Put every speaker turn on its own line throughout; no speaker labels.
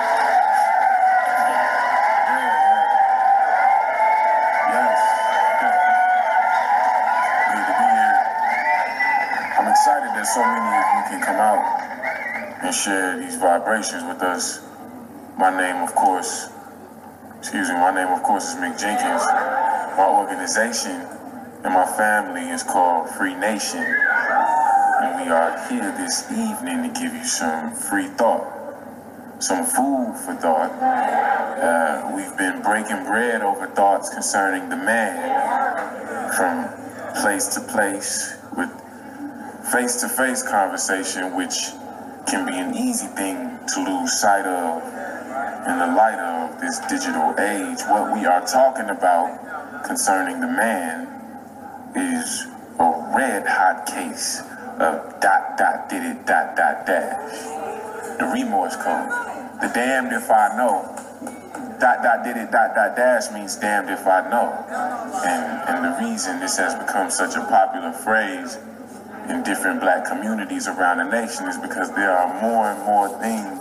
so many of you can come out and share these vibrations with us. My name, of course, excuse me, my name, of course, is Mick Jenkins. My organization and my family is called Free Nation. And we are here this evening to give you some free thought, some food for thought. Uh, we've been breaking bread over thoughts concerning the man from place to place with face to face conversation, which can be an easy thing to lose sight of in the light of this digital age. What we are talking about concerning the man is a red hot case of dot dot did it dot dot dash. The remorse code. The damned if I know. Dot dot did it dot dot dash means damned if I know. And and the reason this has become such a popular phrase in different black communities around the nation is because there are more and more things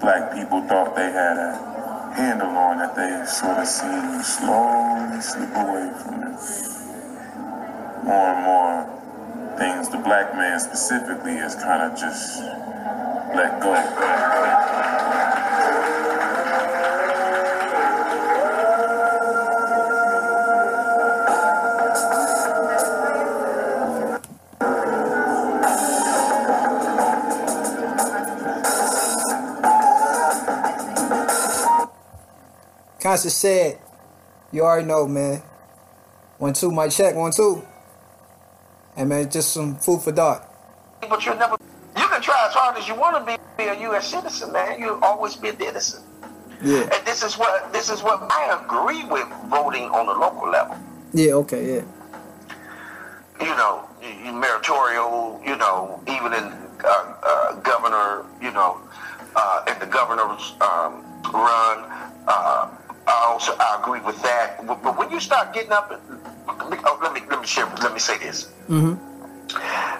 black people thought they had a handle on that they sort of seem slowly slip away from them. More and more things the black man specifically is kind of just let go.
Conscious said, you already know, man. One, two, mic check, one, two. Hey, man, just some food for thought.
But you'll never, you can try as hard as you want to be, be a U.S. citizen, man. You'll always be the innocent.
Yeah.
And this is what, this is what I agree with voting on the local level.
Yeah, okay, yeah.
You know, you, you meritorial, you know, even in uh, uh, governor, you know, uh, in the governor's um, run, uh, I also I agree with that. But when you start getting up, uh, oh, let me let me share, let me say this:
Mm-hmm.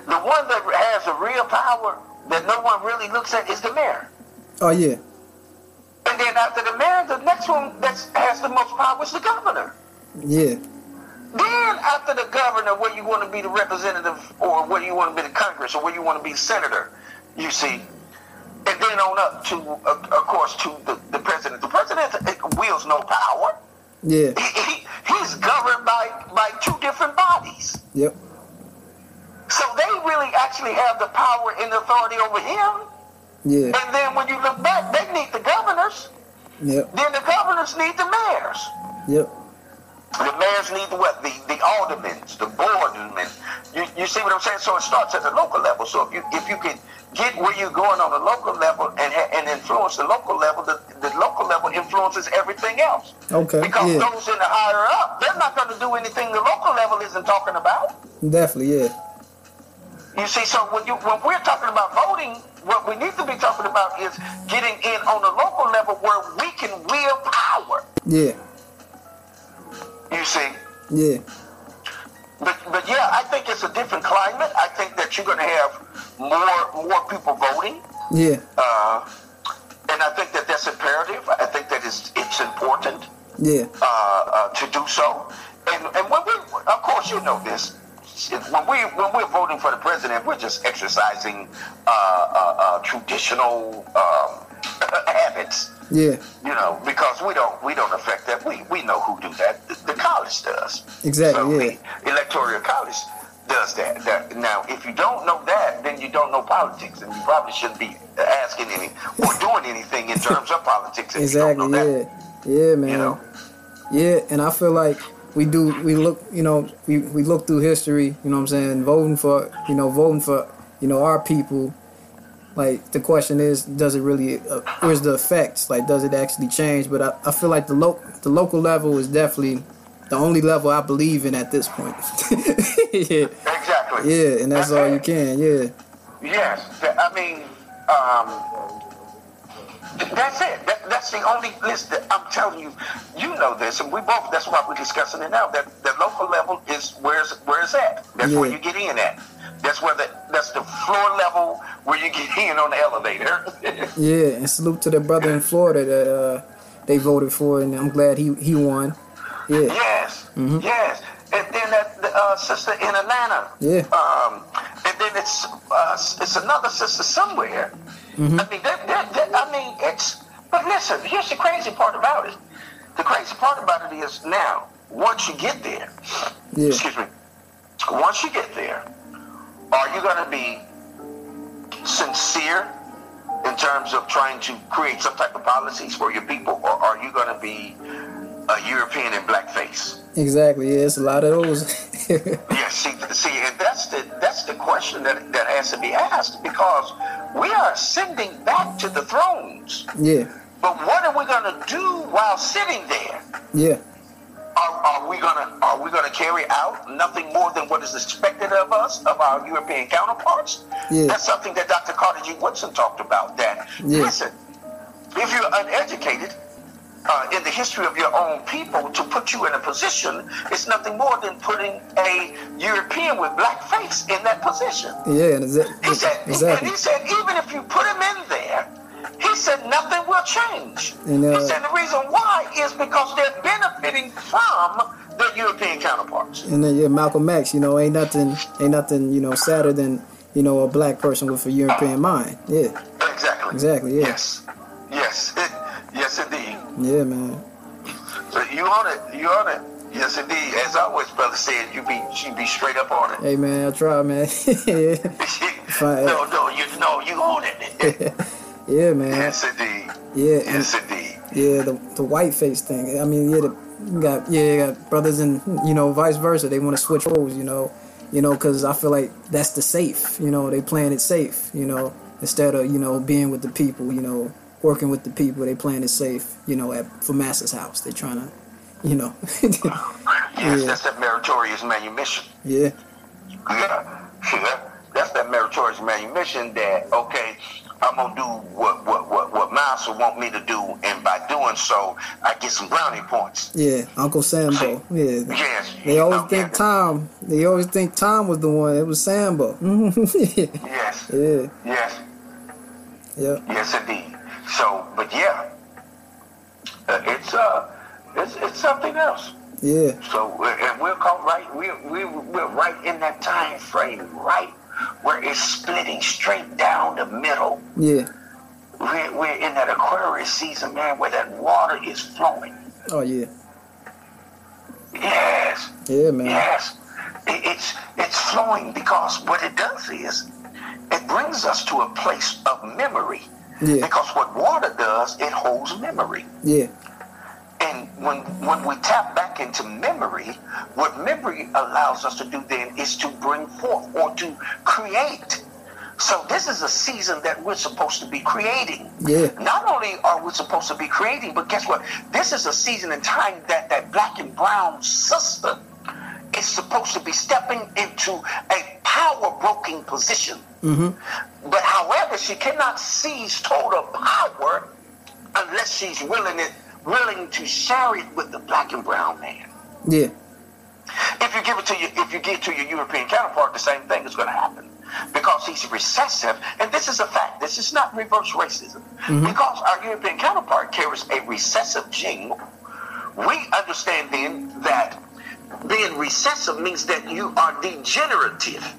the one that has the real power that no one really looks at is the mayor.
Oh, yeah.
And then after the mayor, the next one that has the most power is the governor.
Yeah.
Then after the governor, where you want to be the representative, or where you want to be the Congress, or where you want to be senator, you see. And then on up to, of of course, to the, the president. The president eh, wields no power.
Yeah.
He, he, he's governed by, by two different bodies.
Yep.
So they really actually have the power and authority over him.
Yeah.
And then when you look back, they need the governors.
Yep.
Then the governors need the mayors.
Yep.
The mayors need the what? The the aldermen, the boardmen. You, you see what I'm saying? So it starts at the local level. So if you if you can get where you're going on the local level and ha- and influence the local level, the, the local level influences everything else.
Okay.
Because
Yeah.
those in the higher up, they're not going to do anything the local level isn't talking about.
Definitely, yeah.
You see, so when you when we're talking about voting, what we need to be talking about is getting in on the local level where we can wield power.
Yeah.
You see.
Yeah.
But, but yeah, I think it's a different climate. I think that you're going to have more more people voting,
Yeah.
uh, and I think that that's imperative. I think that it's it's important
Yeah.
uh, uh, to do so. And and when we, of course, you know this. When we when we're voting for the president, we're just exercising uh, uh, uh, traditional um, habits,
Yeah.
you know, because we don't we don't affect that. We we know who do that. The, the college does.
Exactly,
So
yeah.
the electoral college does that. that. Now, if you don't know that, then you don't know politics, and you probably shouldn't be asking any or doing anything in terms of politics. If
Exactly.
You don't know that.
Yeah. Yeah, man.
You know?
Yeah, and I feel like we do we look you know we, we look through history you know what i'm saying voting for you know voting for you know our people like the question is does it really uh, where's the effects like does it actually change but i, I feel like the local the local level is definitely the only level i believe in at this point yeah
Exactly.
yeah and that's all you
it.
can yeah
Yes, th- I mean, um, th- that's it. That, that's the only list that I'm telling you. You know this, and we both. That's why we're discussing it now. That the local level is where's where's at. That's where
Yeah.
you get in at. That's where the that's the floor level where you get in on the elevator.
yeah and salute to the brother in florida that uh they voted for and i'm glad he he won yeah Mm-hmm.
yes, yes. And then that the, uh, sister in Atlanta.
yeah
Um, and then it's uh, it's another sister somewhere. I mean, that, that, that, I mean, it's. But listen, here's the crazy part about it. The crazy part about it is now, once you get there,
Yeah.
excuse me, once you get there, are you going to be sincere in terms of trying to create some type of policies for your people, or are you going to be a European in blackface?
Exactly. Yeah, it's a lot of those.
Yeah, see, see, and that's the that's the question that that has to be asked because we are ascending back to the thrones.
yeah.
But what are we going to do while sitting there?
Yeah.
Are, are we gonna are we gonna carry out nothing more than what is expected of us of our European counterparts?
Yeah.
That's something that Dr. Carter G. Woodson talked about. That
Yeah.
listen, if you're uneducated uh, in the history of your own people, to put you in a position, it's nothing more than putting a European with black face in that position.
Yeah. And
He said,
exa-
and
exactly.
he said, even if you put him in there, he said nothing will change.
And, uh,
he said the reason why is because they're benefiting from their European counterparts.
And then yeah, Malcolm X. You know, ain't nothing, ain't nothing. You know, sadder than you know a black person with a European mind. Yeah.
Exactly.
Exactly, yeah.
Yes. Yes. It, yes, indeed.
Yeah, man.
So you on it. You on it. Yes, indeed. As always, brother said, you be you be straight up on it.
Hey, man. I try, man. yeah. Fine.
no, no, you no, you on it.
Yeah, man.
yes, indeed.
Yeah. And,
Yes, indeed.
yeah. The the white face thing. I mean, yeah. The, you got yeah, you got brothers and you know vice versa. They want to switch roles. You know, you know, because I feel like that's the safe. You know, they playing it safe. You know, instead of you know being with the people. You know, working with the people. They playing it safe. You know, at Famasa's house. They trying to, you know.
Yes,
Yeah.
that's that meritorious manumission.
yeah.
Yeah, yeah. That's that meritorious manumission that okay, I'm gonna do what what what what Master want me to do, and by doing so, I get some brownie points.
Yeah, Uncle Sambo. Yeah.
Yes,
They
you
always
know,
think Tom. They always think Tom was the one. It was Sambo. yeah.
Yes,
Yeah.
yes,
Yeah.
yes, indeed. So, but yeah, uh, it's uh, it's it's something else.
Yeah.
So, uh, and we're caught right. We're we we're right in that time frame, right where it's splitting straight down the middle.
Yeah.
We're, we're in that Aquarius season, man, where that water is flowing.
Oh yeah.
Yes,
Yeah, man.
yes. It, it's it's flowing because what it does is it brings us to a place of memory.
Yeah.
Because what water does, it holds memory.
Yeah.
And when when we tap back into memory, what memory allows us to do then is to bring forth or to create. So this is a season that we're supposed to be creating.
Yeah.
Not only are we supposed to be creating, but guess what? This is a season and time that that black and brown sister is supposed to be stepping into a power broking position.
mm-hmm,
But however, she cannot seize total power unless she's willing it, willing to share it with the black and brown man.
Yeah.
If you give it to your, if you give it to your European counterpart, the same thing is going to happen because he's recessive, and this is a fact. This is not reverse racism because our European counterpart carries a recessive gene. We understand then that being recessive means that you are degenerative.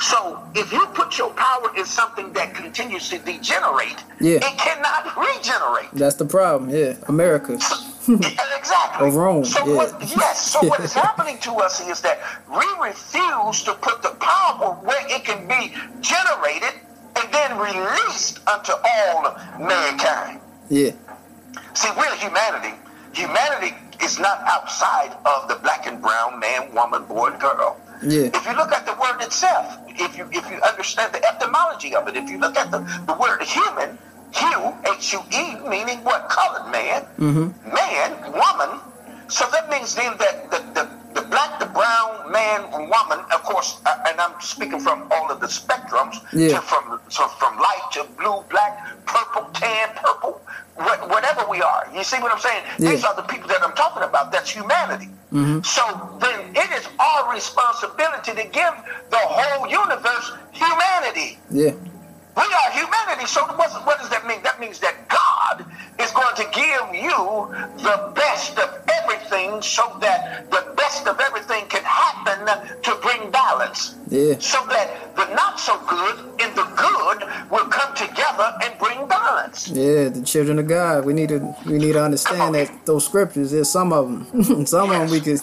So if you put your power in something that continues to degenerate,
Yeah.
it cannot regenerate.
That's the problem. Yeah. America.
Yeah, exactly.
Or Rome,
So
yeah.
what, yes. So what is happening to us is that we refuse to put the power where it can be generated and then released unto all mankind.
Yeah.
See, we're humanity. Humanity is not outside of the black and brown man, woman, boy, and girl.
Yeah.
If you look at the word itself, if you if you understand the etymology of it, if you look at the, the word human, hue, H U E, meaning what? Colored man, man, woman. So that means then that the, the, the black, the brown man, woman, of course, uh, and I'm speaking from all of the spectrums,
Yeah.
to from so from light to blue, black, purple, tan, purple, wh- whatever we are. You see what I'm saying? These
Yeah.
are the people that I'm talking about. That's humanity. So then it is our responsibility to give the whole universe humanity.
Yeah.
We are humanity. So what's, what does that mean? That means that God is going to give you the best of everything so that the best of everything can happen to bring balance
Yeah.
so that the not
Yeah, the children of God. We need to we need to understand that those scriptures. There's some of them. some of them we could.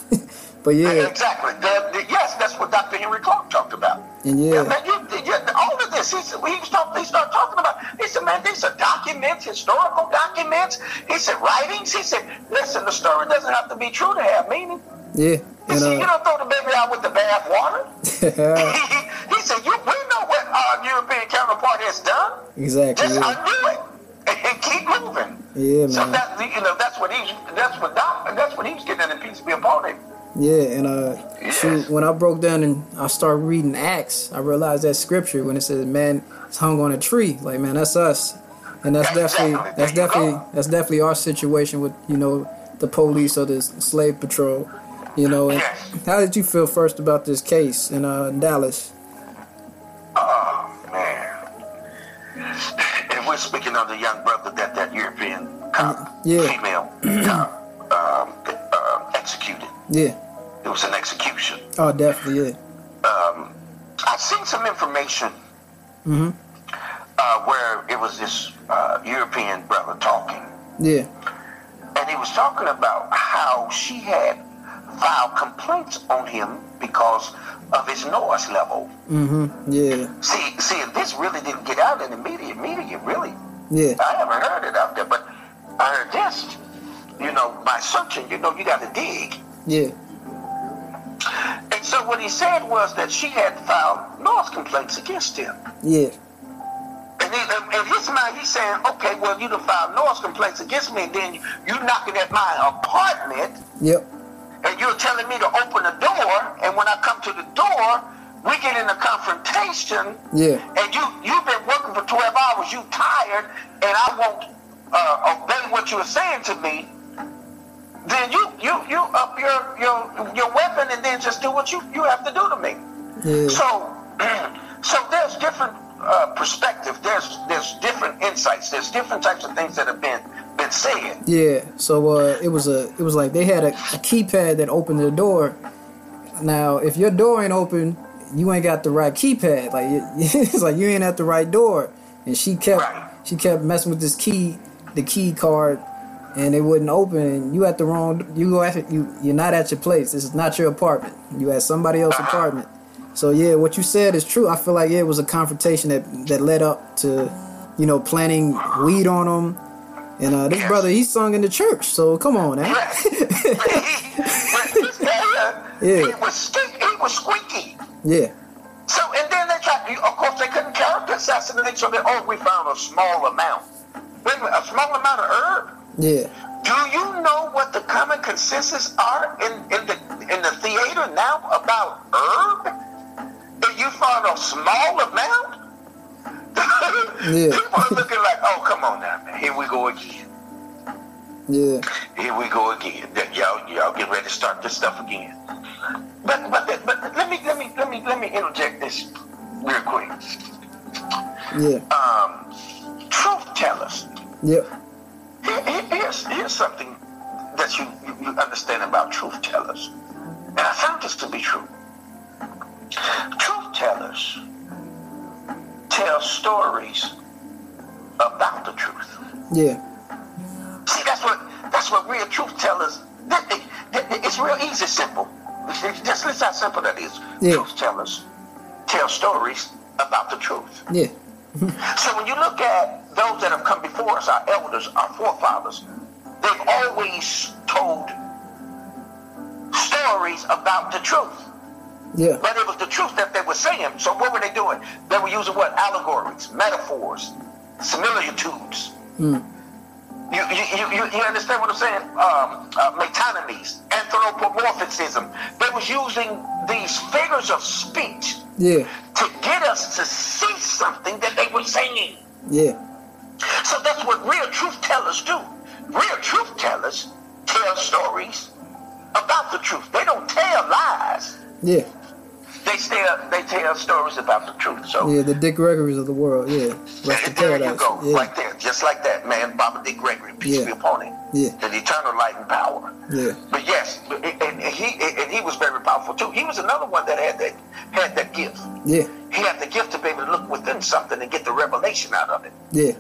but yeah,
Exactly. The- the- yes, that's what Dr. Henry Clark talked about.
and yeah,
man, you, you, all of this, he's, he, was talk, he started talking about, he said, man, these are documents, historical documents. He said, writings. He said, listen, the story doesn't have to be true to have meaning.
yeah,
He said,
and
you don't throw the baby out with the bath water.
uh,
he said, you, we know what our European counterpart has done.
exactly.
Just
Yeah,
undo it and keep moving.
yeah
So
man.
that you know, that's what he's that's what doc, that's what he's getting at in peace be upon him.
Yeah, and uh, shoot, when I broke down and I started reading Acts, I realized that scripture when it says man is hung on a tree, like man, that's us, and that's definitely that's definitely that's definitely our situation with you know the police or the slave patrol, you know. And how did you feel first about this case in uh, Dallas?
Man, if we're speaking of the young brother that that European cop,
Yeah.
female cop, um, um, executed,
Yeah,
it was an execution.
oh definitely, yeah,
I've seen some information Mm-hmm.
Mhm.
uh, where it was this uh, European brother talking.
yeah,
and he was talking about how she had filed complaints on him because of his noise level.
mm-hmm, yeah,
See, see, if this really didn't get out in the media, media really,
yeah,
I haven't heard it out there, but I heard this. You know, by searching, you know, you got to dig.
yeah,
And so what he said was that she had filed noise complaints against him.
yeah,
And in, in his mind, he's saying, okay, well, you done filed noise complaints against me, and then you, you knocking at my apartment
yep,
and you're telling me to open the door, and when I come to the door, we get in a confrontation,
yeah,
and you you've been working for 12 hours, you tired, and I won't uh, obey what you're saying to me. Then you you you up your your your weapon, and then just do what you you have to do to me.
yeah,
So, so there's different uh, perspective. There's there's different insights. There's different types of things that have been been said.
Yeah, so uh, it was a it was like they had a, a keypad that opened the door. Now, if your door ain't open, you ain't got the right keypad. Like it, it's like you ain't at the right door. And she kept
Right.
she kept messing with this key, the key card, and it wouldn't open. And you at the wrong you go at you you're not at your place. This is not your apartment. You at somebody else's
Uh-huh.
apartment. So yeah, what you said is true. I feel like yeah, it was a confrontation that that led up to, you know, planting weed on them. And uh, this
Yes.
brother, he sung in the church. So come on, man.
yeah.
Yeah.
It uh, was stink, it was squeaky.
yeah,
So and then they tried. Of course, they couldn't character assassinate. So they oh, we found a small amount. Wait a minute, a small amount of herb.
yeah,
Do you know what the common consensus are in, in the in the theater now about herb? That you found a small amount.
Yeah.
People are looking like, oh, come on now, man. Here we go again.
yeah,
Here we go again. That Y'all, y'all get ready to start this stuff again. But, but, but let me, let me, let me, let me interject this real quick.
yeah,
Um, truth tellers.
yep,
Here, here- here's, here's something that you, you, you understand about truth tellers. And I found this to be true. Truth tellers tell stories about the truth.
yeah,
See, that's what that's what real truth tellers. That, that- that- it's real easy, simple. Just listen how simple that is.
Yeah.
Truth tellers tell stories about the truth.
yeah,
So when you look at those that have come before us, our elders, our forefathers, they've always told stories about the truth.
yeah,
But it was the truth that they were saying. So what were they doing? They were using what? Allegories, metaphors, similitudes. You, you, you, you- you understand what I'm saying? Um, uh, metonymies, anthropomorphism. They was using these figures of speech
yeah,
to get us to see something that they were saying.
yeah,
So that's what real truth tellers do. Real truth tellers tell stories about the truth. They don't tell lies
yeah,
they tell they tell stories about the truth. So
yeah. The Dick Gregory's of the world. Yeah, rest in
there you
paradise.
go,
Yeah,
right there, just like that, man. Baba D. Gregory, peace
Yeah.
be upon him,
Yeah.
the eternal light and power.
yeah,
But yes, and, and he and he was very powerful too. He was another one that had that had that gift.
yeah,
He had the gift to be able to look within something and get the revelation out of it
yeah,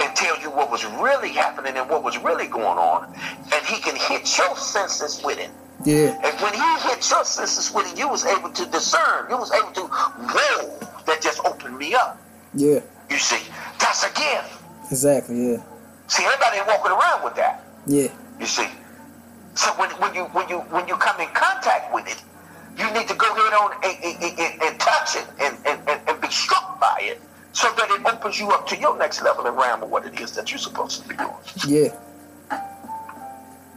and tell you what was really happening and what was really going on. And he can hit your senses with it.
Yeah.
And when he hit your senses with it, you was able to discern. You was able to, whoa, that just opened me up.
Yeah.
You see, that's a gift.
Exactly. Yeah.
See, everybody ain't walking around with that.
Yeah.
You see. So when, when you when you when you come in contact with it, you need to go ahead on and, and, and, and touch it and, and, and, and be struck by it so that it opens you up to your next level and realm of what it is that you're supposed to be doing.
Yeah.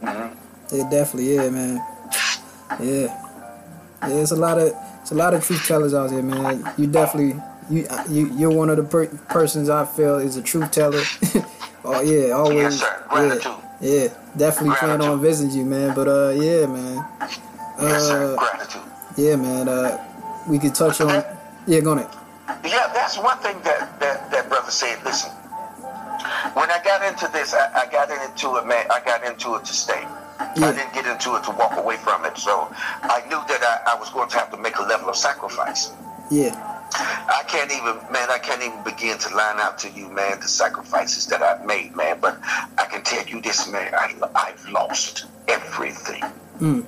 Yeah, definitely. Yeah, man. Yeah. Yeah, it's a lot of it's a lot of truth tellers out here, man. You definitely you uh, you you're one of the per- persons I feel is a truth teller. oh yeah, always.
Yes, sir. Gratitude.
Yeah, yeah. definitely plan on
Gratitude.
visiting you, man. But uh, yeah, man.
yes, sir.
Uh,
Gratitude.
yeah, man. Uh, we could touch on. Yeah, go on it.
Yeah, that's one thing that, that, that brother said. Listen, when I got into this, I, I got into it, man. I got into it to stay.
Yeah.
I didn't get into it to walk away from it. So I knew that I, I was going to have to make a level of sacrifice.
Yeah,
I can't even, man, I can't even begin to line out to you, man, the sacrifices that I've made, man. But I can tell you this, man, I, I've lost everything.
Mm.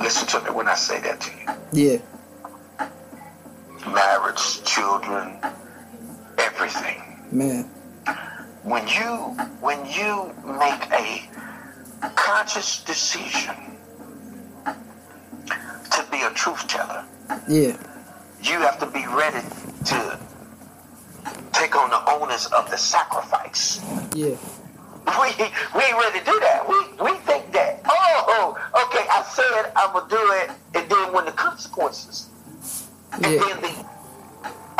Listen to me when I say that to you
yeah,
marriage, children, everything.
man.
when you when you make a conscious decision to be a truth teller
Yeah,
you have to be ready to take on the onus of the sacrifice
yeah,
we we ain't ready to do that we we think that oh okay i said i'm gonna do it and then when the consequences and
yeah,
then the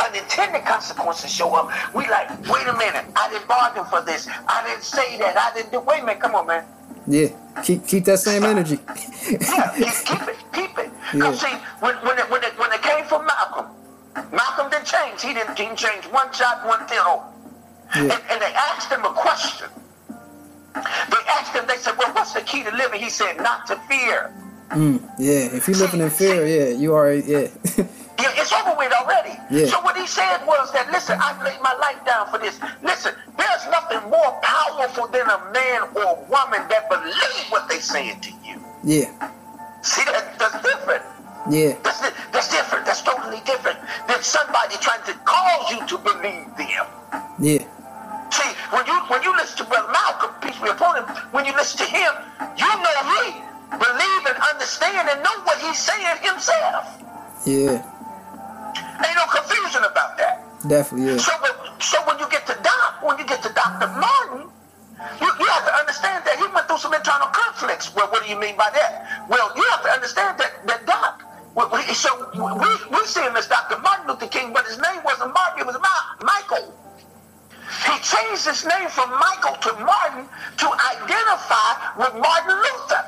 unintended consequences show up. We like, wait a minute, I didn't bargain for this. I didn't say that. I didn't do. Wait a minute, come on, man.
yeah. Keep keep that same energy.
Yeah, you keep it, keep it.
Yeah.
Cause see, when when it, when it when it came from Malcolm, Malcolm didn't change. He didn't, he didn't change one jot, one tittle.
yeah,
And, and they asked him a question. They asked him. They said, "Well, what's the key to living?" He said, "Not to fear."
mm, yeah. If you're living in fear, yeah, you are. Yeah,
Yeah, it's over with already.
Yeah.
So what he said was that listen, I've laid my life down for this. Listen, there's nothing more powerful than a man or woman that believe what they saying to you.
yeah,
See that that's different.
yeah,
That's di- that's different. That's totally different than somebody trying to cause you to believe them.
yeah,
See, when you when you listen to Brother Malcolm, peace be upon him, when you listen to him, you know he believe and understand and know what he's saying himself.
yeah.
Ain't no confusion about that.
Definitely. Yeah,
So, when- so when you get to Doc, when you get to Dr. Martin, you, you have to understand that he went through some internal conflicts. Well, what do you mean by that? Well, you have to understand that, that Doc, we, we- so we, we see him as Dr. Martin Luther King, but his name wasn't Martin, it was Ma- Michael. He changed his name from Michael to Martin to identify with Martin Luther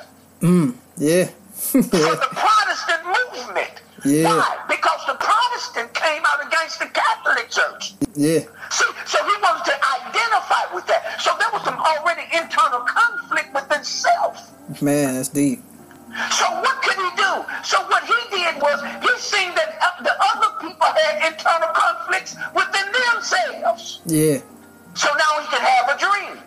yeah,
for
yeah,
the Protestant movement.
Yeah.
Why? Because the Protestant came out against the Catholic Church.
yeah,
See, so he wanted to identify with that. So there was some already internal conflict within self.
man, that's deep.
So what could he do? So what he did was he seen that uh, the other people had internal conflicts within themselves.
Yeah,
So now he can have a dream.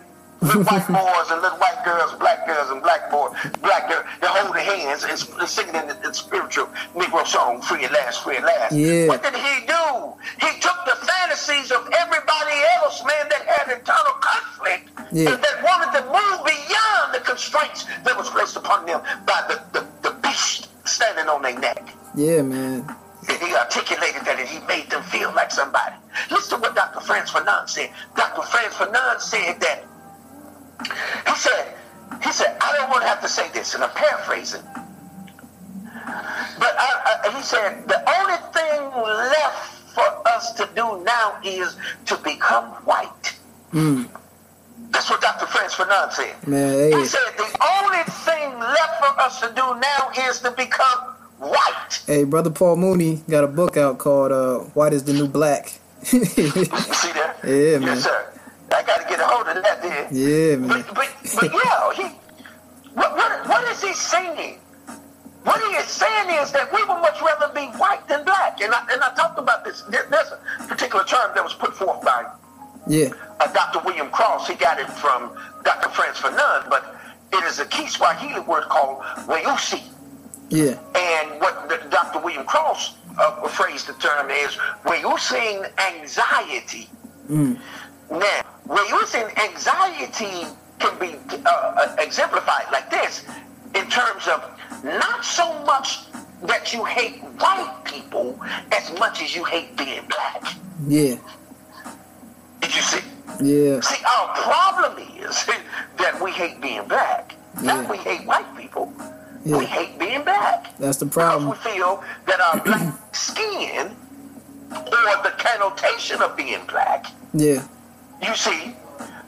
Little white boys and little white girls, black girls and black boys, black girls, they hold their hands and sp- singing in the, the spiritual Negro song, Free at Last, Free at Last.
Yeah.
What did he do? He took the fantasies of everybody else, man, that had internal conflict
Yeah.
and that wanted to move beyond the constraints that was placed upon them by the, the, the beast standing on their neck.
yeah, man.
And he articulated that and he made them feel like somebody. Listen to what Dr. Franz Fanon said. Dr. Franz Fanon said that he said, he said, I don't want to have to say this, and I'm paraphrasing. But I, I, he said, the only thing left for us to do now is to become white.
Mm,
That's what Dr. Franz Fanon said.
man,
He
hey,
said, the only thing left for us to do now is to become white.
hey, brother Paul Mooney got a book out called uh, "White Is the New Black."
You see that?
Yeah, man.
Yes, sir. I got to get a hold of that, then.
yeah, man.
But, but, but yeah, he, what, what, what is he singing? What he is saying is that we would much rather be white than black. And I, and I talked about this. There, there's a particular term that was put forth by
Yeah,
a like Dr. William Cross, he got it from Dr. Franz Fanon, but it is a key Swahili word called Weusi.
Yeah.
And what the, Dr. William Cross uh, phrased the term is when you're seeing anxiety.
Mm.
Now, when you're seeing anxiety can be uh, uh, exemplified like this in terms of not so much that you hate white people as much as you hate being black.
Yeah.
Did you see?
Yeah.
See, our problem is that we hate being black.
Yeah.
Not we hate white people.
Yeah.
We hate being black.
That's the
Because
problem.
we feel that our black skin or the connotation of being black,
Yeah.
you see,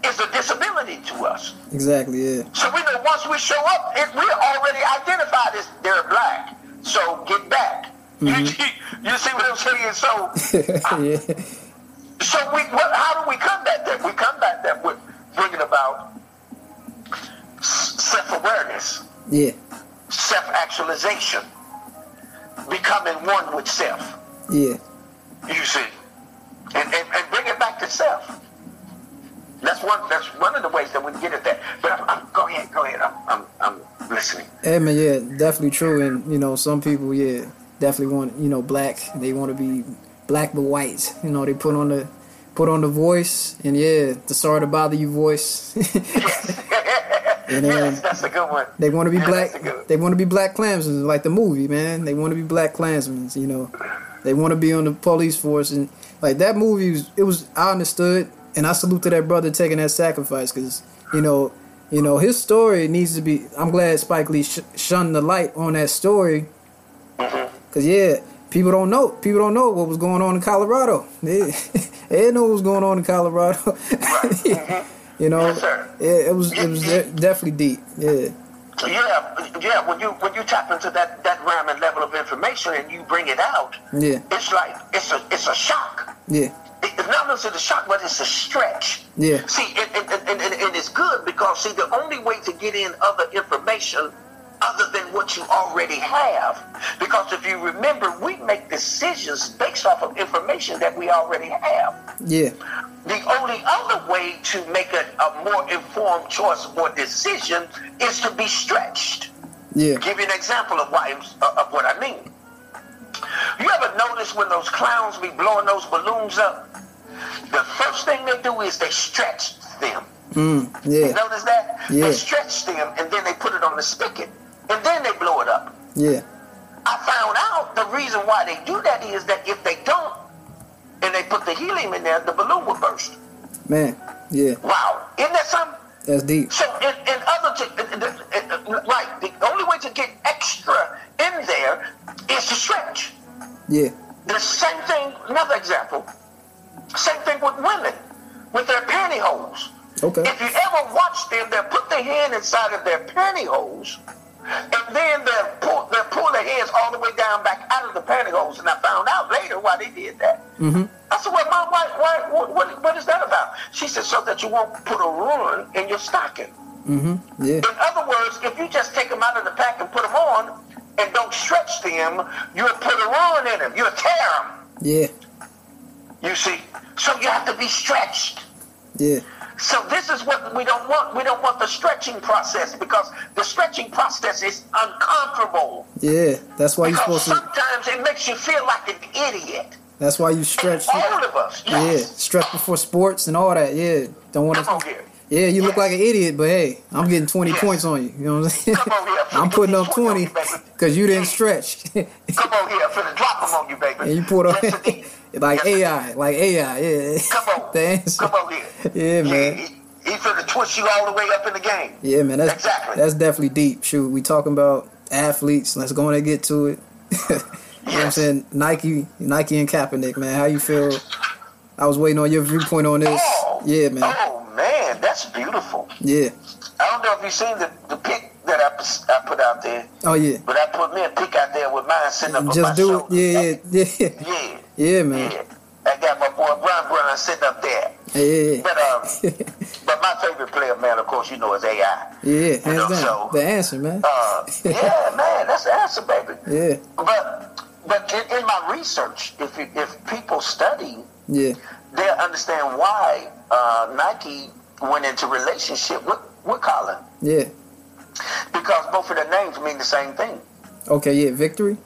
is a disability to us.
Exactly. Yeah.
So we know once we show up, it, we're already identified as they're black. So get back. You, you see what I'm saying? So
yeah.
so we, what, how do we combat that? We combat that with bringing about self awareness,
Yeah.
self actualization, becoming one with self.
Yeah.
You see, and, and, and bring it back to self. That's one. That's one of the ways that we get at that. But I'm, I'm, go ahead, go ahead. I'm, I'm, I'm listening.
Hey man, yeah, definitely true. And you know, some people, yeah, definitely want you know black. They want to be black but white. You know, they put on the put on the voice, and yeah, the sorry to bother you voice. and then
Yes, that's a good one.
they want to be
Yeah,
black.
That's a good one.
They want to be black Klansmen, like the movie, man. They want to be black Klansmen. You know, they want to be on the police force, and like that movie was. It was I understood, and I salute to that brother taking that sacrifice, because you know, you know his story needs to be. I'm glad Spike Lee sh- shunned the light on that story,
Mm-hmm.
because yeah, people don't know. People don't know what was going on in Colorado. They, they didn't know what was going on in Colorado. You know,
Mm-hmm. Yes, sir.
yeah, it was it was de- definitely deep. Yeah.
Yeah, yeah. When you when you tap into that that realm and level of information and you bring it out,
Yeah,
it's like it's a it's a shock.
yeah,
It- It's not necessarily a shock, but it's a stretch.
Yeah.
See, and, and, and, and, and it's good because see, the only way to get in other information other than what you already have, because if you remember, we make decisions based off of information that we already have.
yeah,
The only other way to make a, a more informed choice or decision is to be stretched
yeah,
give you an example of why uh, of what I mean. You ever notice when those clowns be blowing those balloons up? The first thing they do is they stretch them.
mm, yeah,
Notice that?
Yeah.
They stretch them and then they put it on the spigot and then they blow it up.
yeah,
I found out the reason why they do that is that if they don't and they put the helium in there, the balloon will burst.
man, yeah,
Wow. Isn't that something?
that's deep.
So, in, in other, t- in- in- in- right, the only way to get extra in there is to stretch.
Yeah,
The same thing, another example, same thing with women with their pantyhose.
okay,
If you ever watch them, they'll put their hand inside of their pantyhose and then they'll pull, they'll pull their hands all the way down back out of the pantyhose. And I found out later why they did that. I said, well, mom, why, why, what, what, what is that about? She said, so that you won't put a ruin in your stocking.
yeah,
In other words, if you just take them out of the pack and put them on and don't stretch them, you'll put a ruin in them. You'll tear them,
yeah,
you see. So you have to be stretched.
yeah,
So this is what we don't want. We don't want the stretching process because the stretching process is uncomfortable.
yeah. That's why you're
Because
supposed to.
sometimes it makes you feel like an idiot.
That's why you stretch.
All of us,
Yeah,
yes.
stretch before sports and all that. Yeah, don't want
Come on
to.
here.
Yeah, you look
Yes.
like an idiot, but hey, I'm getting 20
Yes.
points on you. You know what I'm saying?
Come on here.
I'm putting up 20
Put on you, baby.
because you didn't stretch. and
Come on here. I'm finna drop them on you, baby.
you pulled on
Yes, indeed.
like
Yes, indeed.
AI, like AI. Yeah,
Come on.
the answer.
Come on here.
Yeah, man.
He, he, he finna twist you all the way up in the game.
Yeah, man, that's
Exactly.
that's definitely deep. Shoot, we talking about athletes. Let's go on and get to it. you know what I'm
Yes.
saying? Nike, Nike and Kaepernick, man. How you feel? I was waiting on your viewpoint on this.
Oh,
Yeah, man.
Oh man, that's beautiful.
Yeah.
I don't know if you've seen the, the pic that I, pus- I put out there,
Oh yeah.
but I put me a pic out there with mine sitting up on my
Just do it.
shoulder.
Yeah, yeah, yeah,
yeah,
yeah,
yeah,
man.
I got my boy Brian Brown sitting up there.
Yeah, yeah,
But um, but my favorite player, man, of course, you know, is AI.
yeah. yeah
You know,
hands down.
so-
The answer, man.
Uh, yeah, man, that's the answer, baby.
Yeah,
But but in, in my research, if you, if people study
yeah,
they'll understand why uh, Nike went into relationship with, with Colin
Yeah.
because both of their names mean the same thing.
Okay. Yeah. Victory.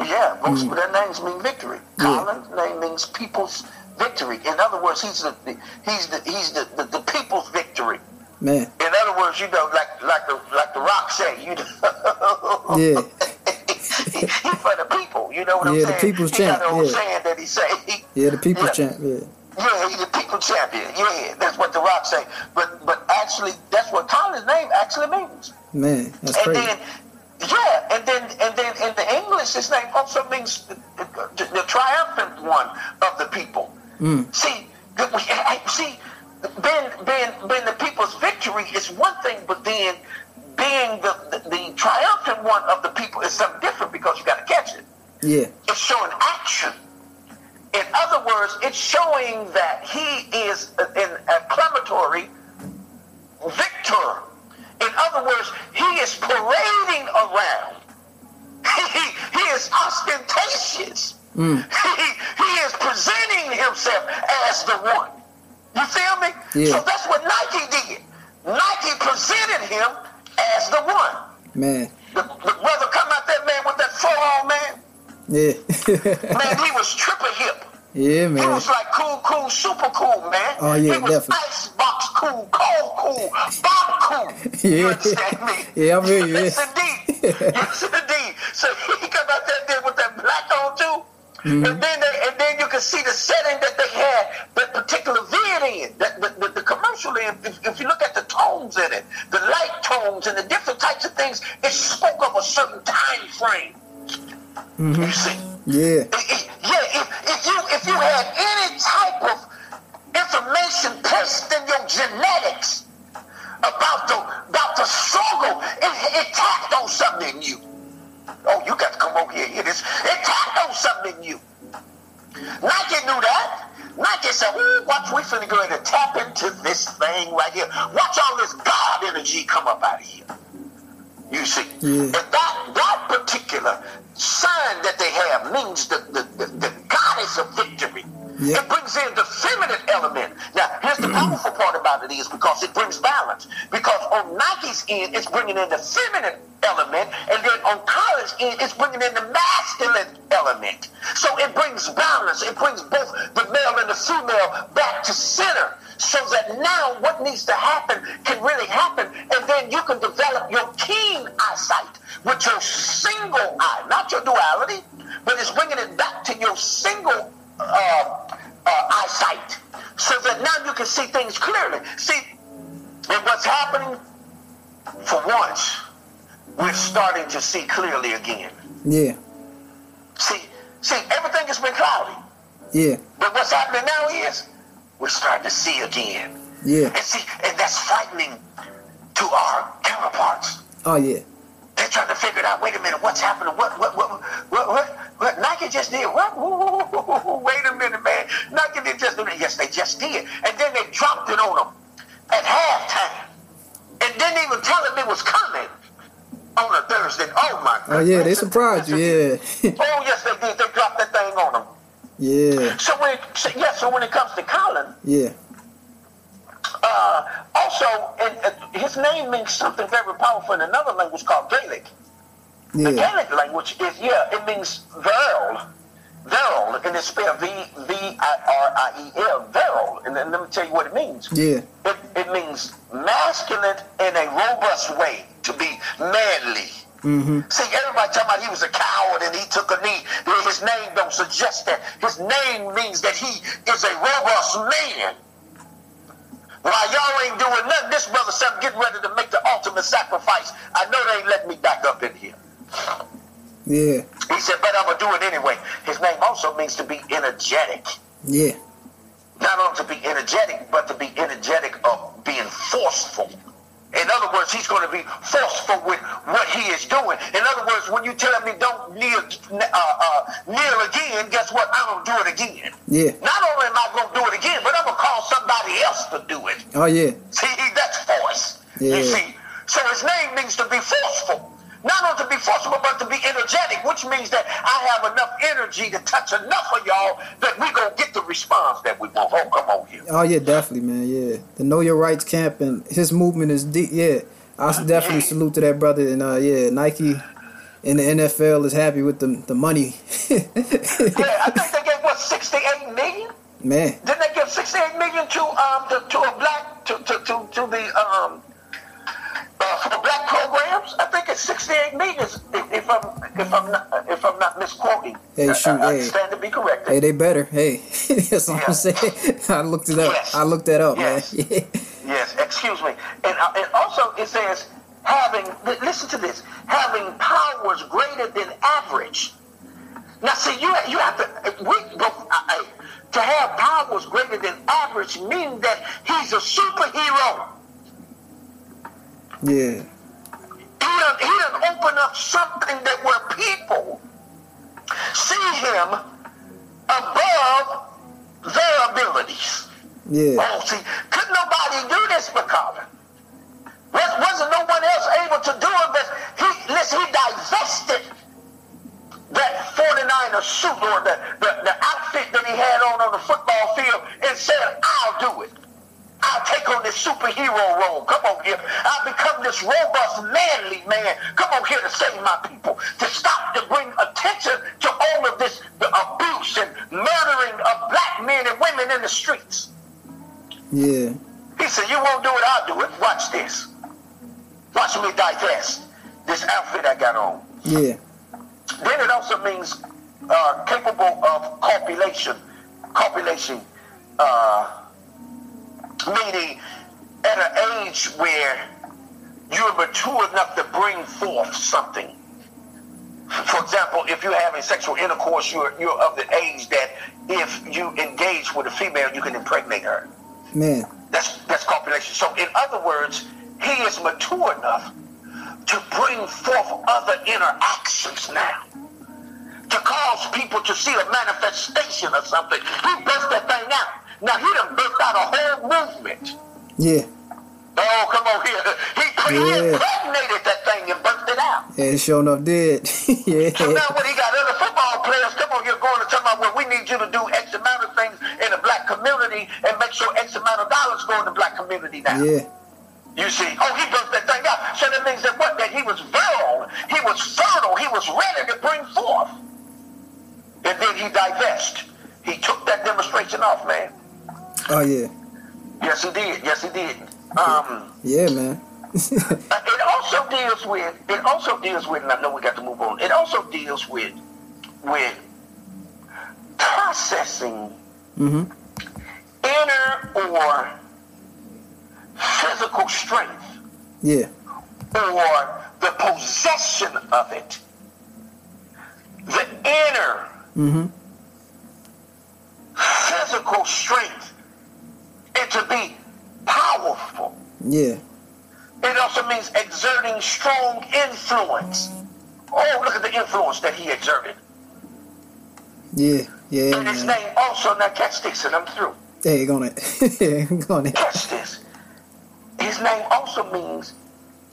Yeah, both of their names mean victory.
Mm. Yeah.
Colin's name means people's victory. In other words, he's the he's the he's the, the, the people's victory.
Man.
In other words, you know, like like the like the Rock say, you know.
Yeah.
he for the people, you know what I'm
Yeah,
saying?
the people's
he got
champ,
an old
yeah.
saying that he say.
Yeah. The people's
Yeah.
champ. Yeah.
Yeah, he's a people champion. Yeah, that's what The Rock say. But but actually, that's what Colin's name actually means.
Man. That's
and
crazy.
then yeah, and then and then in the English, his name also means the, the, the triumphant one of the people. See, the, we, I, I- see, being being being the people's victory is one thing, but then being the, the, the triumphant one of the people is something different because you got to catch it
Yeah.
it's showing action. In other words, it's showing that he is an acclamatory victor. In other words, he is parading around. He, he, he is ostentatious. He, he is presenting himself as the one. You feel me?
Yeah.
So that's what Nike did. Nike presented him as the one.
Man.
The, the brother come out that man with that forearm, man.
Yeah.
Man, he was triple hip.
yeah,
He
man.
was like cool, cool, super cool, man.
Oh, yeah,
he was
definitely.
icebox cool, cold cool, bomb cool. You
Yeah.
understand me?
Yeah, I'm with you,
Yes,
yeah.
indeed. yes, indeed. So he come out there then with that black on too.
Mm-hmm.
And then they, and then you can see the setting that they had that particular vid in, that, the, the, the commercial in. If, if you look at the tones in it, the light tones and the different types of things, it spoke of a certain time frame.
Mm-hmm.
You see.
Yeah.
I- I- yeah, if, if you if you had any type of information placed in your genetics about the about the struggle, it, it tapped on something in you. Oh, you got to come over here and hear this. It tapped on something in you. Nike knew that. Nike said, Ooh, watch, we finna go ahead and tap into this thing right here. Watch all this God energy come up out of here. You see,
Yeah.
and that that particular sign that they have means the the, the, the goddess of victory.
Yeah.
It brings in the feminine element. Now, here's the powerful part about it is because it brings balance. Because on Nike's end, it's bringing in the feminine element, and then on Colin's end, it's bringing in the masculine element. So it brings balance. It brings both the male and the female back to center so that now what needs to happen can really happen, and then you can develop your keen eyesight with your single eye, not your duality, but it's bringing it back to your single uh, uh, eyesight, so that now you can see things clearly. See, and what's happening for once, we're starting to see clearly again.
Yeah.
See, see, everything has been cloudy,
Yeah.
but what's happening now is we're starting to see again.
Yeah.
And see, and that's frightening to our counterparts.
Oh yeah.
They're trying to figure it out. Wait a minute, what's happening? What, what, what, what, what, what Nike just did? What? Ooh, wait a minute, man. Nike did just do that. Yes, they just did. And then they dropped it on them at halftime, and didn't even tell them it was coming on a Thursday. Oh my God!
Oh yeah. They surprised you. Yeah.
Oh yes, they did. They dropped that thing on them.
yeah.
So when, it, so, yeah, so when it comes to Colin,
Yeah.
uh, also, and, uh, his name means something very powerful in another language called Gaelic. The
Yeah.
Gaelic language is, yeah, it means verl. Verl, and it's spelled V V I R I E L, verl. And then let me tell you what it means.
Yeah.
It, it means masculine in a robust way, to be manly.
Mm-hmm.
See, everybody talking about he was a coward and he took a knee. His name don't suggest that. His name means that he is a robust man. While y'all ain't doing nothing, this brother said, I'm getting ready to make the ultimate sacrifice. I know they ain't letting me back up in here.
Yeah.
He said, but I'm going to do it anyway. His name also means to be energetic.
Yeah.
Not only to be energetic, but to be energetic of being forceful. In other words, he's going to be forceful with what he is doing. In other words, when you tell me don't kneel, uh, uh, kneel again, guess what? I'm going to do it again.
Yeah.
Not only am I going to do it again, but I'm going to call somebody else to do it.
Oh yeah.
See, that's force.
Yeah.
You see, so his name means to be forceful. Not only to be forceful, but to be energetic, which means that I have enough energy to touch enough of y'all that we gonna get the response that we want. Oh, come on here.
Oh yeah, definitely, man. Yeah, the Know Your Rights camp and his movement is deep. Yeah, I s- definitely salute to that brother. And uh, yeah, Nike and the NFL is happy with the the money.
Yeah, I think they gave what sixty-eight million.
man,
Didn't they give sixty-eight million to um to, to a black to to, to, to the um uh, for black programs? I think it's sixty-eight million. is- If, if I'm if I'm not if I'm not misquoting,
Hey,
I-
shoot,
I, I
hey.
stand to be corrected.
hey, they better. Hey, that's what I'm saying. I looked it up. I looked that up,
Yes.
man. Yeah.
Yes, excuse me. And, uh, and also, it says having, li- listen to this, having powers greater than average. Now, see, you, you have to, uh, we, I- I- to have powers greater than average means that he's a superhero.
yeah.
He done, he done opened up something that where people see him above their abilities.
Yeah,
Oh, see, could nobody do this, McCollum? Was, wasn't no one else able to do it? But he, listen, he divested that 49er suit or the, the, the outfit that he had on on the football field and said, I'll do it. I'll take on this superhero role. Come on here. I'll become this robust, manly man. Come on here to save my people, to stop, to bring attention to all of this the abuse and murdering of black men and women in the streets.
yeah,
He said, You won't do it, I'll do it. Watch this. Watch me digest this outfit I got on.
yeah,
Then it also means uh, capable of copulation. Copulation, uh, meaning at an age where you're mature enough to bring forth something. For example, if you're having sexual intercourse, you're, you're of the age that if you engage with a female, you can impregnate her.
man.
That's that's copulation. So in other words, he is mature enough to bring forth other interactions now. To cause people to see a manifestation of something. He burst that thing out. Now he done burst out a whole movement.
Yeah,
Oh, come on here. He, cre- he
Yeah.
impregnated that thing and burst it out.
yeah, it sure enough did.
So
yeah,
now when he got other football players, come on, you're going to talk about well, we need you to do X amount of things in the black community and make sure X amount of dollars go in the black community now.
yeah,
You see, oh, he built that thing up. So that means that what? That he was virile, he was fertile, he was ready to bring forth. And then he divested. He took that demonstration off, man.
oh yeah,
Yes, he did. Yes, he did. Um, uh,
yeah, man.
it also deals with. It also deals with. And I know we got to move on. It also deals with with processing
hmm
inner or physical strength.
Yeah,
or the possession of it. The inner
hmm
physical strength and to be powerful.
yeah,
It also means exerting strong influence. Oh, look at the influence that he exerted.
yeah, yeah,
And his
man.
name also, now catch this, and I'm through.
Hey, gonna, gonna.
Catch this. His name also means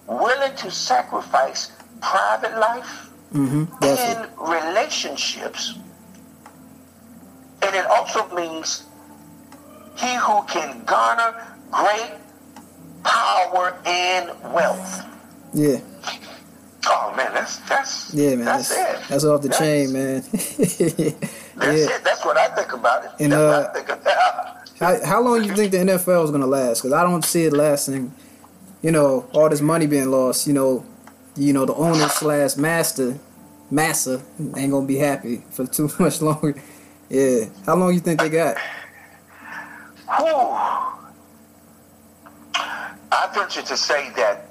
willing to sacrifice private life
Mm-hmm. Definitely.
in relationships, and it also means he who can garner great power and wealth.
Yeah,
Oh man, that's that's
yeah, man.
That's,
That's
it.
that's off the
That's-
chain, man.
That's
yeah.
it. That's what I think about it.
And,
that's
uh,
what I think about.
How, how long you think the NFL is gonna last? Because I don't see it lasting. You know, all this money being lost. You know, you know the owner slash master, massa ain't gonna be happy for too much longer. Yeah. How long you think they got?
Whew. I venture to say that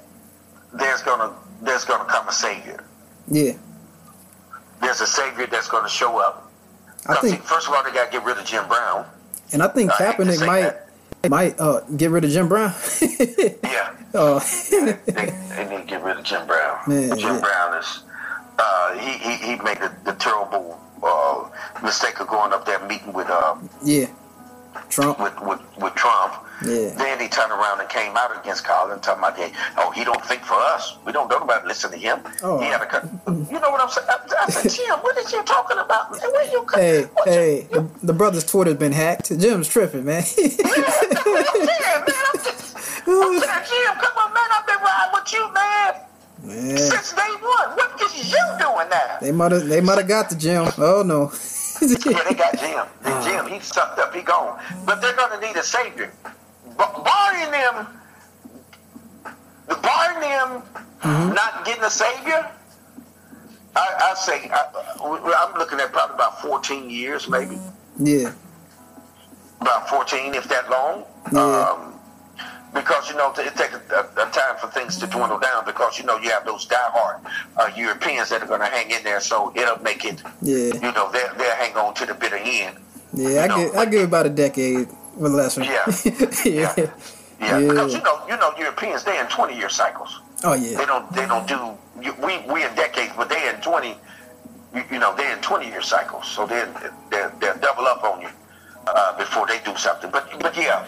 there's gonna there's gonna come a savior.
Yeah.
There's a savior that's gonna show up.
I
'Cause, see,
think,
first of all, they gotta get rid of Jim Brown.
and I think
I hate to
Kaepernick
say
might
that.
might uh get rid of Jim Brown.
Yeah.
uh,
they, they need to get rid of Jim Brown.
Man,
Jim
yeah.
Brown is uh, he, he he made the, the terrible uh, mistake of going up there meeting with uh,
yeah. Trump.
with, with, with Trump.
Oh. Yeah.
Then he turned around and came out against Colin, talking about, hey, oh, he don't think for us. We don't know about listen to him.
Oh.
He had a, con- you know what I'm saying? I, I said, Jim, what is you talking about? man? Where you co-
Hey,
what you-
hey, the, the brother's Twitter's been hacked. Jim's tripping, man.
Yeah, man, I'm just, I'm saying, Jim, come on, man, I've been riding with you, man,
man,
since day one. What is you doing now?
they might have they might have got the Jim. Oh no.
Yeah, they got Jim. And Jim, he's sucked up. He gone. But they're going to need a savior. Bar- barring them, the barring them not getting a savior, I, I say I, I'm looking at probably about 14 years, maybe
yeah,
about 14, if that long.
Yeah.
Um, because you know it takes a, a time for things to dwindle down. Because you know you have those diehard uh, Europeans that are going to hang in there, so it'll make it.
yeah,
You know they'll, they'll hang on to the bitter end.
yeah. I give I give about a decade or less.
Yeah.
yeah.
Yeah, because
Yeah.
you know, you know, Europeans they in twenty year cycles.
Oh
They
yeah.
don't, they don't do. you- We we in decades, but they in twenty. You, you know, they in twenty year cycles, so they they they'll double up on you uh, before they do something. But but yeah,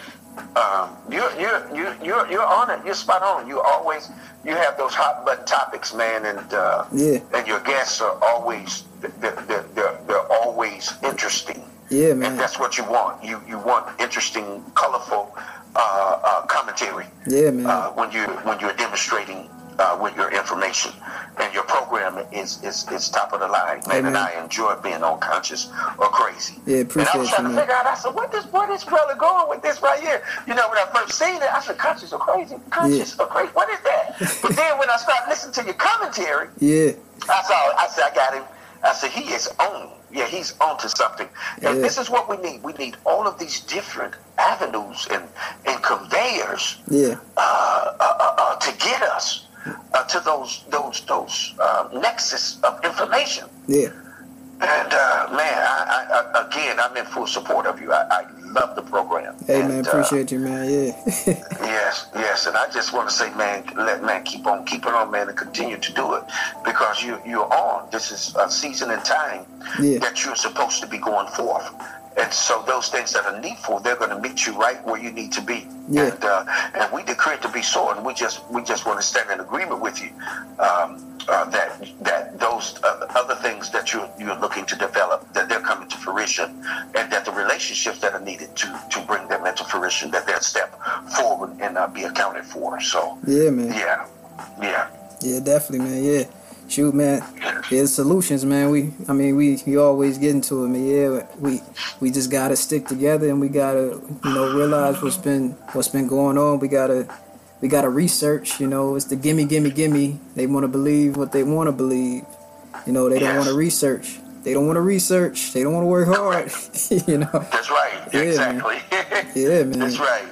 um, you're you're you're you're you're on it. You're spot on. You always you have those hot button topics, man, and uh,
Yeah.
and your guests are always they're they're, they're, they're always interesting.
Yeah,
And
man.
that's what you want. You you want interesting, colorful uh, uh, commentary
Yeah, man.
uh, when you when you're demonstrating uh, with your information and your program is is, is top of the line, man.
Amen.
And I enjoy being unconscious or crazy.
Yeah,
And I
appreciate
was
you,
trying to
man.
figure out. I said, "What this where this brother going with this right here?" You know, when I first seen it, I said, "Conscious or crazy? Conscious or crazy? What is that?" But then when I started listening to your commentary,
Yeah,
I saw. I said, I got him. I said, he is on. Yeah, he's on to something. And
Yeah.
this is what we need. We need all of these different avenues and, and conveyors
yeah,
uh, uh, uh, uh, to get us uh, to those those those uh, nexus of information.
yeah.
And uh, man, I, I, I, again, I'm in full support of you. I, I love the program.
Hey,
and,
man.
uh,
Appreciate you, man. Yeah.
Yes, yes, and I just want to say, man, let man keep on keeping on, man, and continue to do it because you you're on. This is a season and time
Yeah.
that you're supposed to be going forth, and so those things that are needful, they're going to meet you right where you need to be.
Yeah.
And, uh, and we decree it to be so, and we just we just want to stand in agreement with you um, uh, that that those uh, other things that you're you're looking to develop that they're coming to fruition, and that the relationships that are needed to to bring them into fruition that they'll step forward and uh, be accounted for. So
yeah, man.
yeah, yeah,
Yeah, definitely, man. Yeah, shoot, man. Yeah, solutions, man. We, I mean, we, we always get into it, man. Yeah, we, we just gotta stick together, and we gotta, you know, realize what's been, what's been going on. We gotta, we gotta research. You know, it's the gimme, gimme, gimme. They want to believe what they want to believe. You know, they don't
Yes.
want to research. They don't want to research. They don't want to work hard. you know.
that's right,
Yeah, man.
exactly.
Yeah, man.
that's right.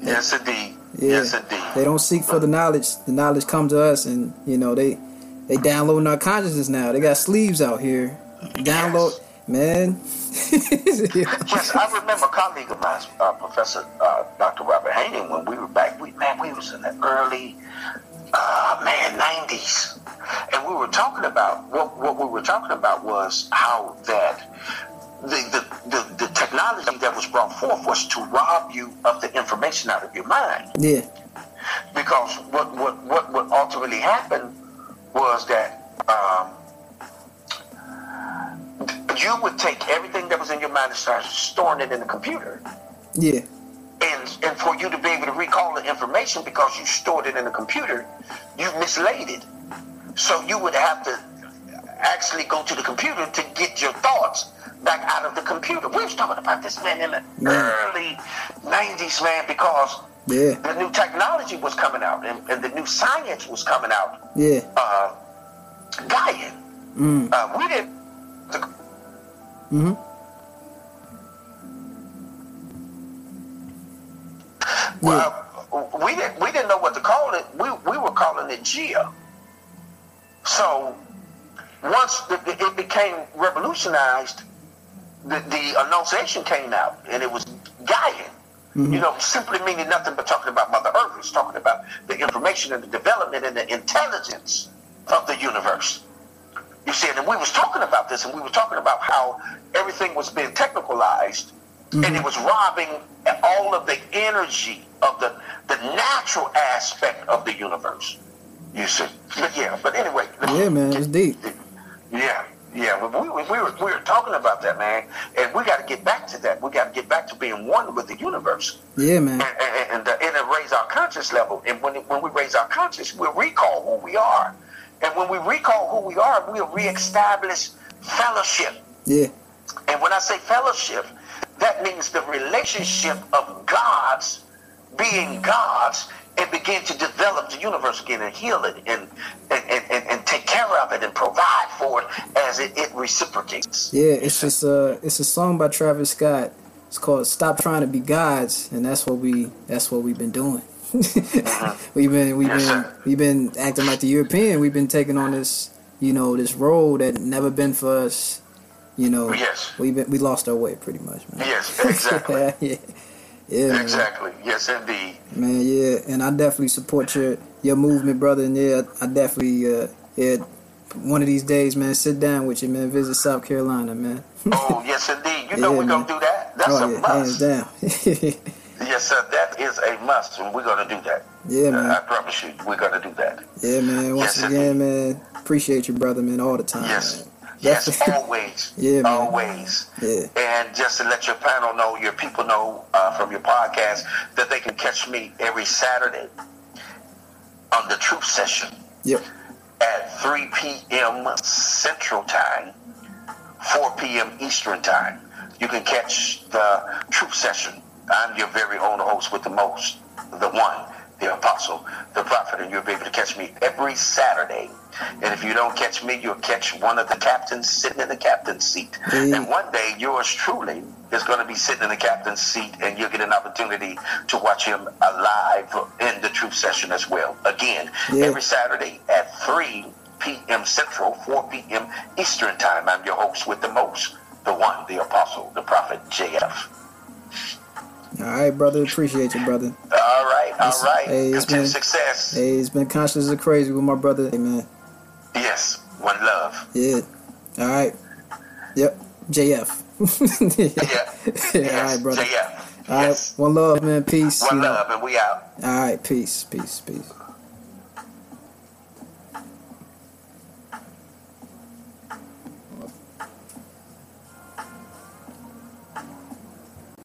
Yes, indeed.
Yeah.
Yes, indeed.
They don't seek for the knowledge. The knowledge comes to us, and you know they they downloading our consciousness now. They got sleeves out here. Download, man.
Yes, I remember a colleague of mine, uh, Professor uh, Dr. Robert Hayden, when we were back. We man, we was in the early uh, man nineties, and we were talking about what what we were talking about was how that the, the the the technology that was brought forth was to rob you of the information out of your mind
yeah,
because what what what what ultimately happened was that um, you would take everything that was in your mind and start storing it in the computer,
yeah,
and and for you to be able to recall the information because you stored it in the computer, you mislaid it, so you would have to actually go to the computer to get your thoughts back out of the computer. We was talking about this man in the
Man.
early '90s, man, because
yeah,
the new technology was coming out and, and the new science was coming out.
yeah,
Uh, Gaia.
Mm.
Uh, we didn't.
hmm
Well, uh, we didn't. We didn't know what to call it. We we were calling it Gia. So once the, the, it became revolutionized, the, the annunciation came out, and it was Gaia.
Mm-hmm.
You know, simply meaning nothing but talking about Mother Earth. It's talking about the information and the development and the intelligence of the universe. You see, and we was talking about this, and we were talking about how everything was being technicalized
Mm-hmm.
and it was robbing all of the energy of the the natural aspect of the universe. You see, but yeah, but anyway,
Yeah, man, it's deep.
yeah, yeah. But we, we, we were we were talking about that, man, and we got to get back to that. We got to get back to being one with the universe
Yeah, man.
and, and, and, and it raise our conscious level. And when, when we raise our conscious, we'll recall who we are. And when we recall who we are, we'll reestablish fellowship.
Yeah,
And when I say fellowship, that means the relationship of God's being God's and begin to develop the universe again and heal it and, and, and, and, and take care of it and provide for it as it, it reciprocates.
yeah. It's just uh, it's a song by Travis Scott. It's called "Stop Trying to Be Gods," and that's what we that's what we've been doing. we've been we've
Uh-huh. Yes,
been
sir.
we've been acting like the European. We've been taking on this you know this role that never been for us. You know,
Yes.
we've been we lost our way pretty much, man.
Yes, exactly.
yeah, yeah, man.
exactly. Yes, indeed.
Man, yeah, and I definitely support your your movement, brother. And yeah, I definitely uh, yeah. One of these days, man, sit down with you, man. Visit South Carolina, man.
Oh, yes, indeed. You know
Yeah,
we're
man.
going to do that. That's
oh
a
yeah, hands
must.
down.
Yes, sir. That is a must, and we're going to do that.
yeah,
I
man.
promise you, we're going to do that.
Yeah, man. Once
Uh, Yes,
again, man, appreciate you, brother, man, all the time.
Yes.
man.
Yes,
Definitely.
always.
Yeah, man.
Always.
Yeah.
And just to let your panel know, your people know uh, from your podcast that they can catch me every Saturday on the Truth Session
Yep.
at 3 p.m. Central Time, 4 p.m. Eastern Time. You can catch the Truth Session. I'm your very own host with the most, the one, the apostle, the prophet, and you'll be able to catch me every Saturday. And if you don't catch me, you'll catch one of the captains sitting in the captain's seat.
Mm.
And one day, yours truly is going to be sitting in the captain's seat, and you'll get an opportunity to watch him alive in the Truth Session as well. Again,
Yeah.
every Saturday at 3 p.m. Central, 4 p.m. Eastern Time. I'm your host with the most, the one, the apostle, the prophet, JF.
All right, brother. Appreciate you, brother.
All right, all
Yes,
right.
hey, it's
Continue
been-
success.
Hey, it's been conscious of crazy with my brother, hey, man.
Yes, one love.
Yeah. All right. Yep. JF.
Yeah.
All right, brother.
JF.
All right.
Yes.
One love, man. Peace.
One
you know.
love, and we out.
All right, peace, peace, peace.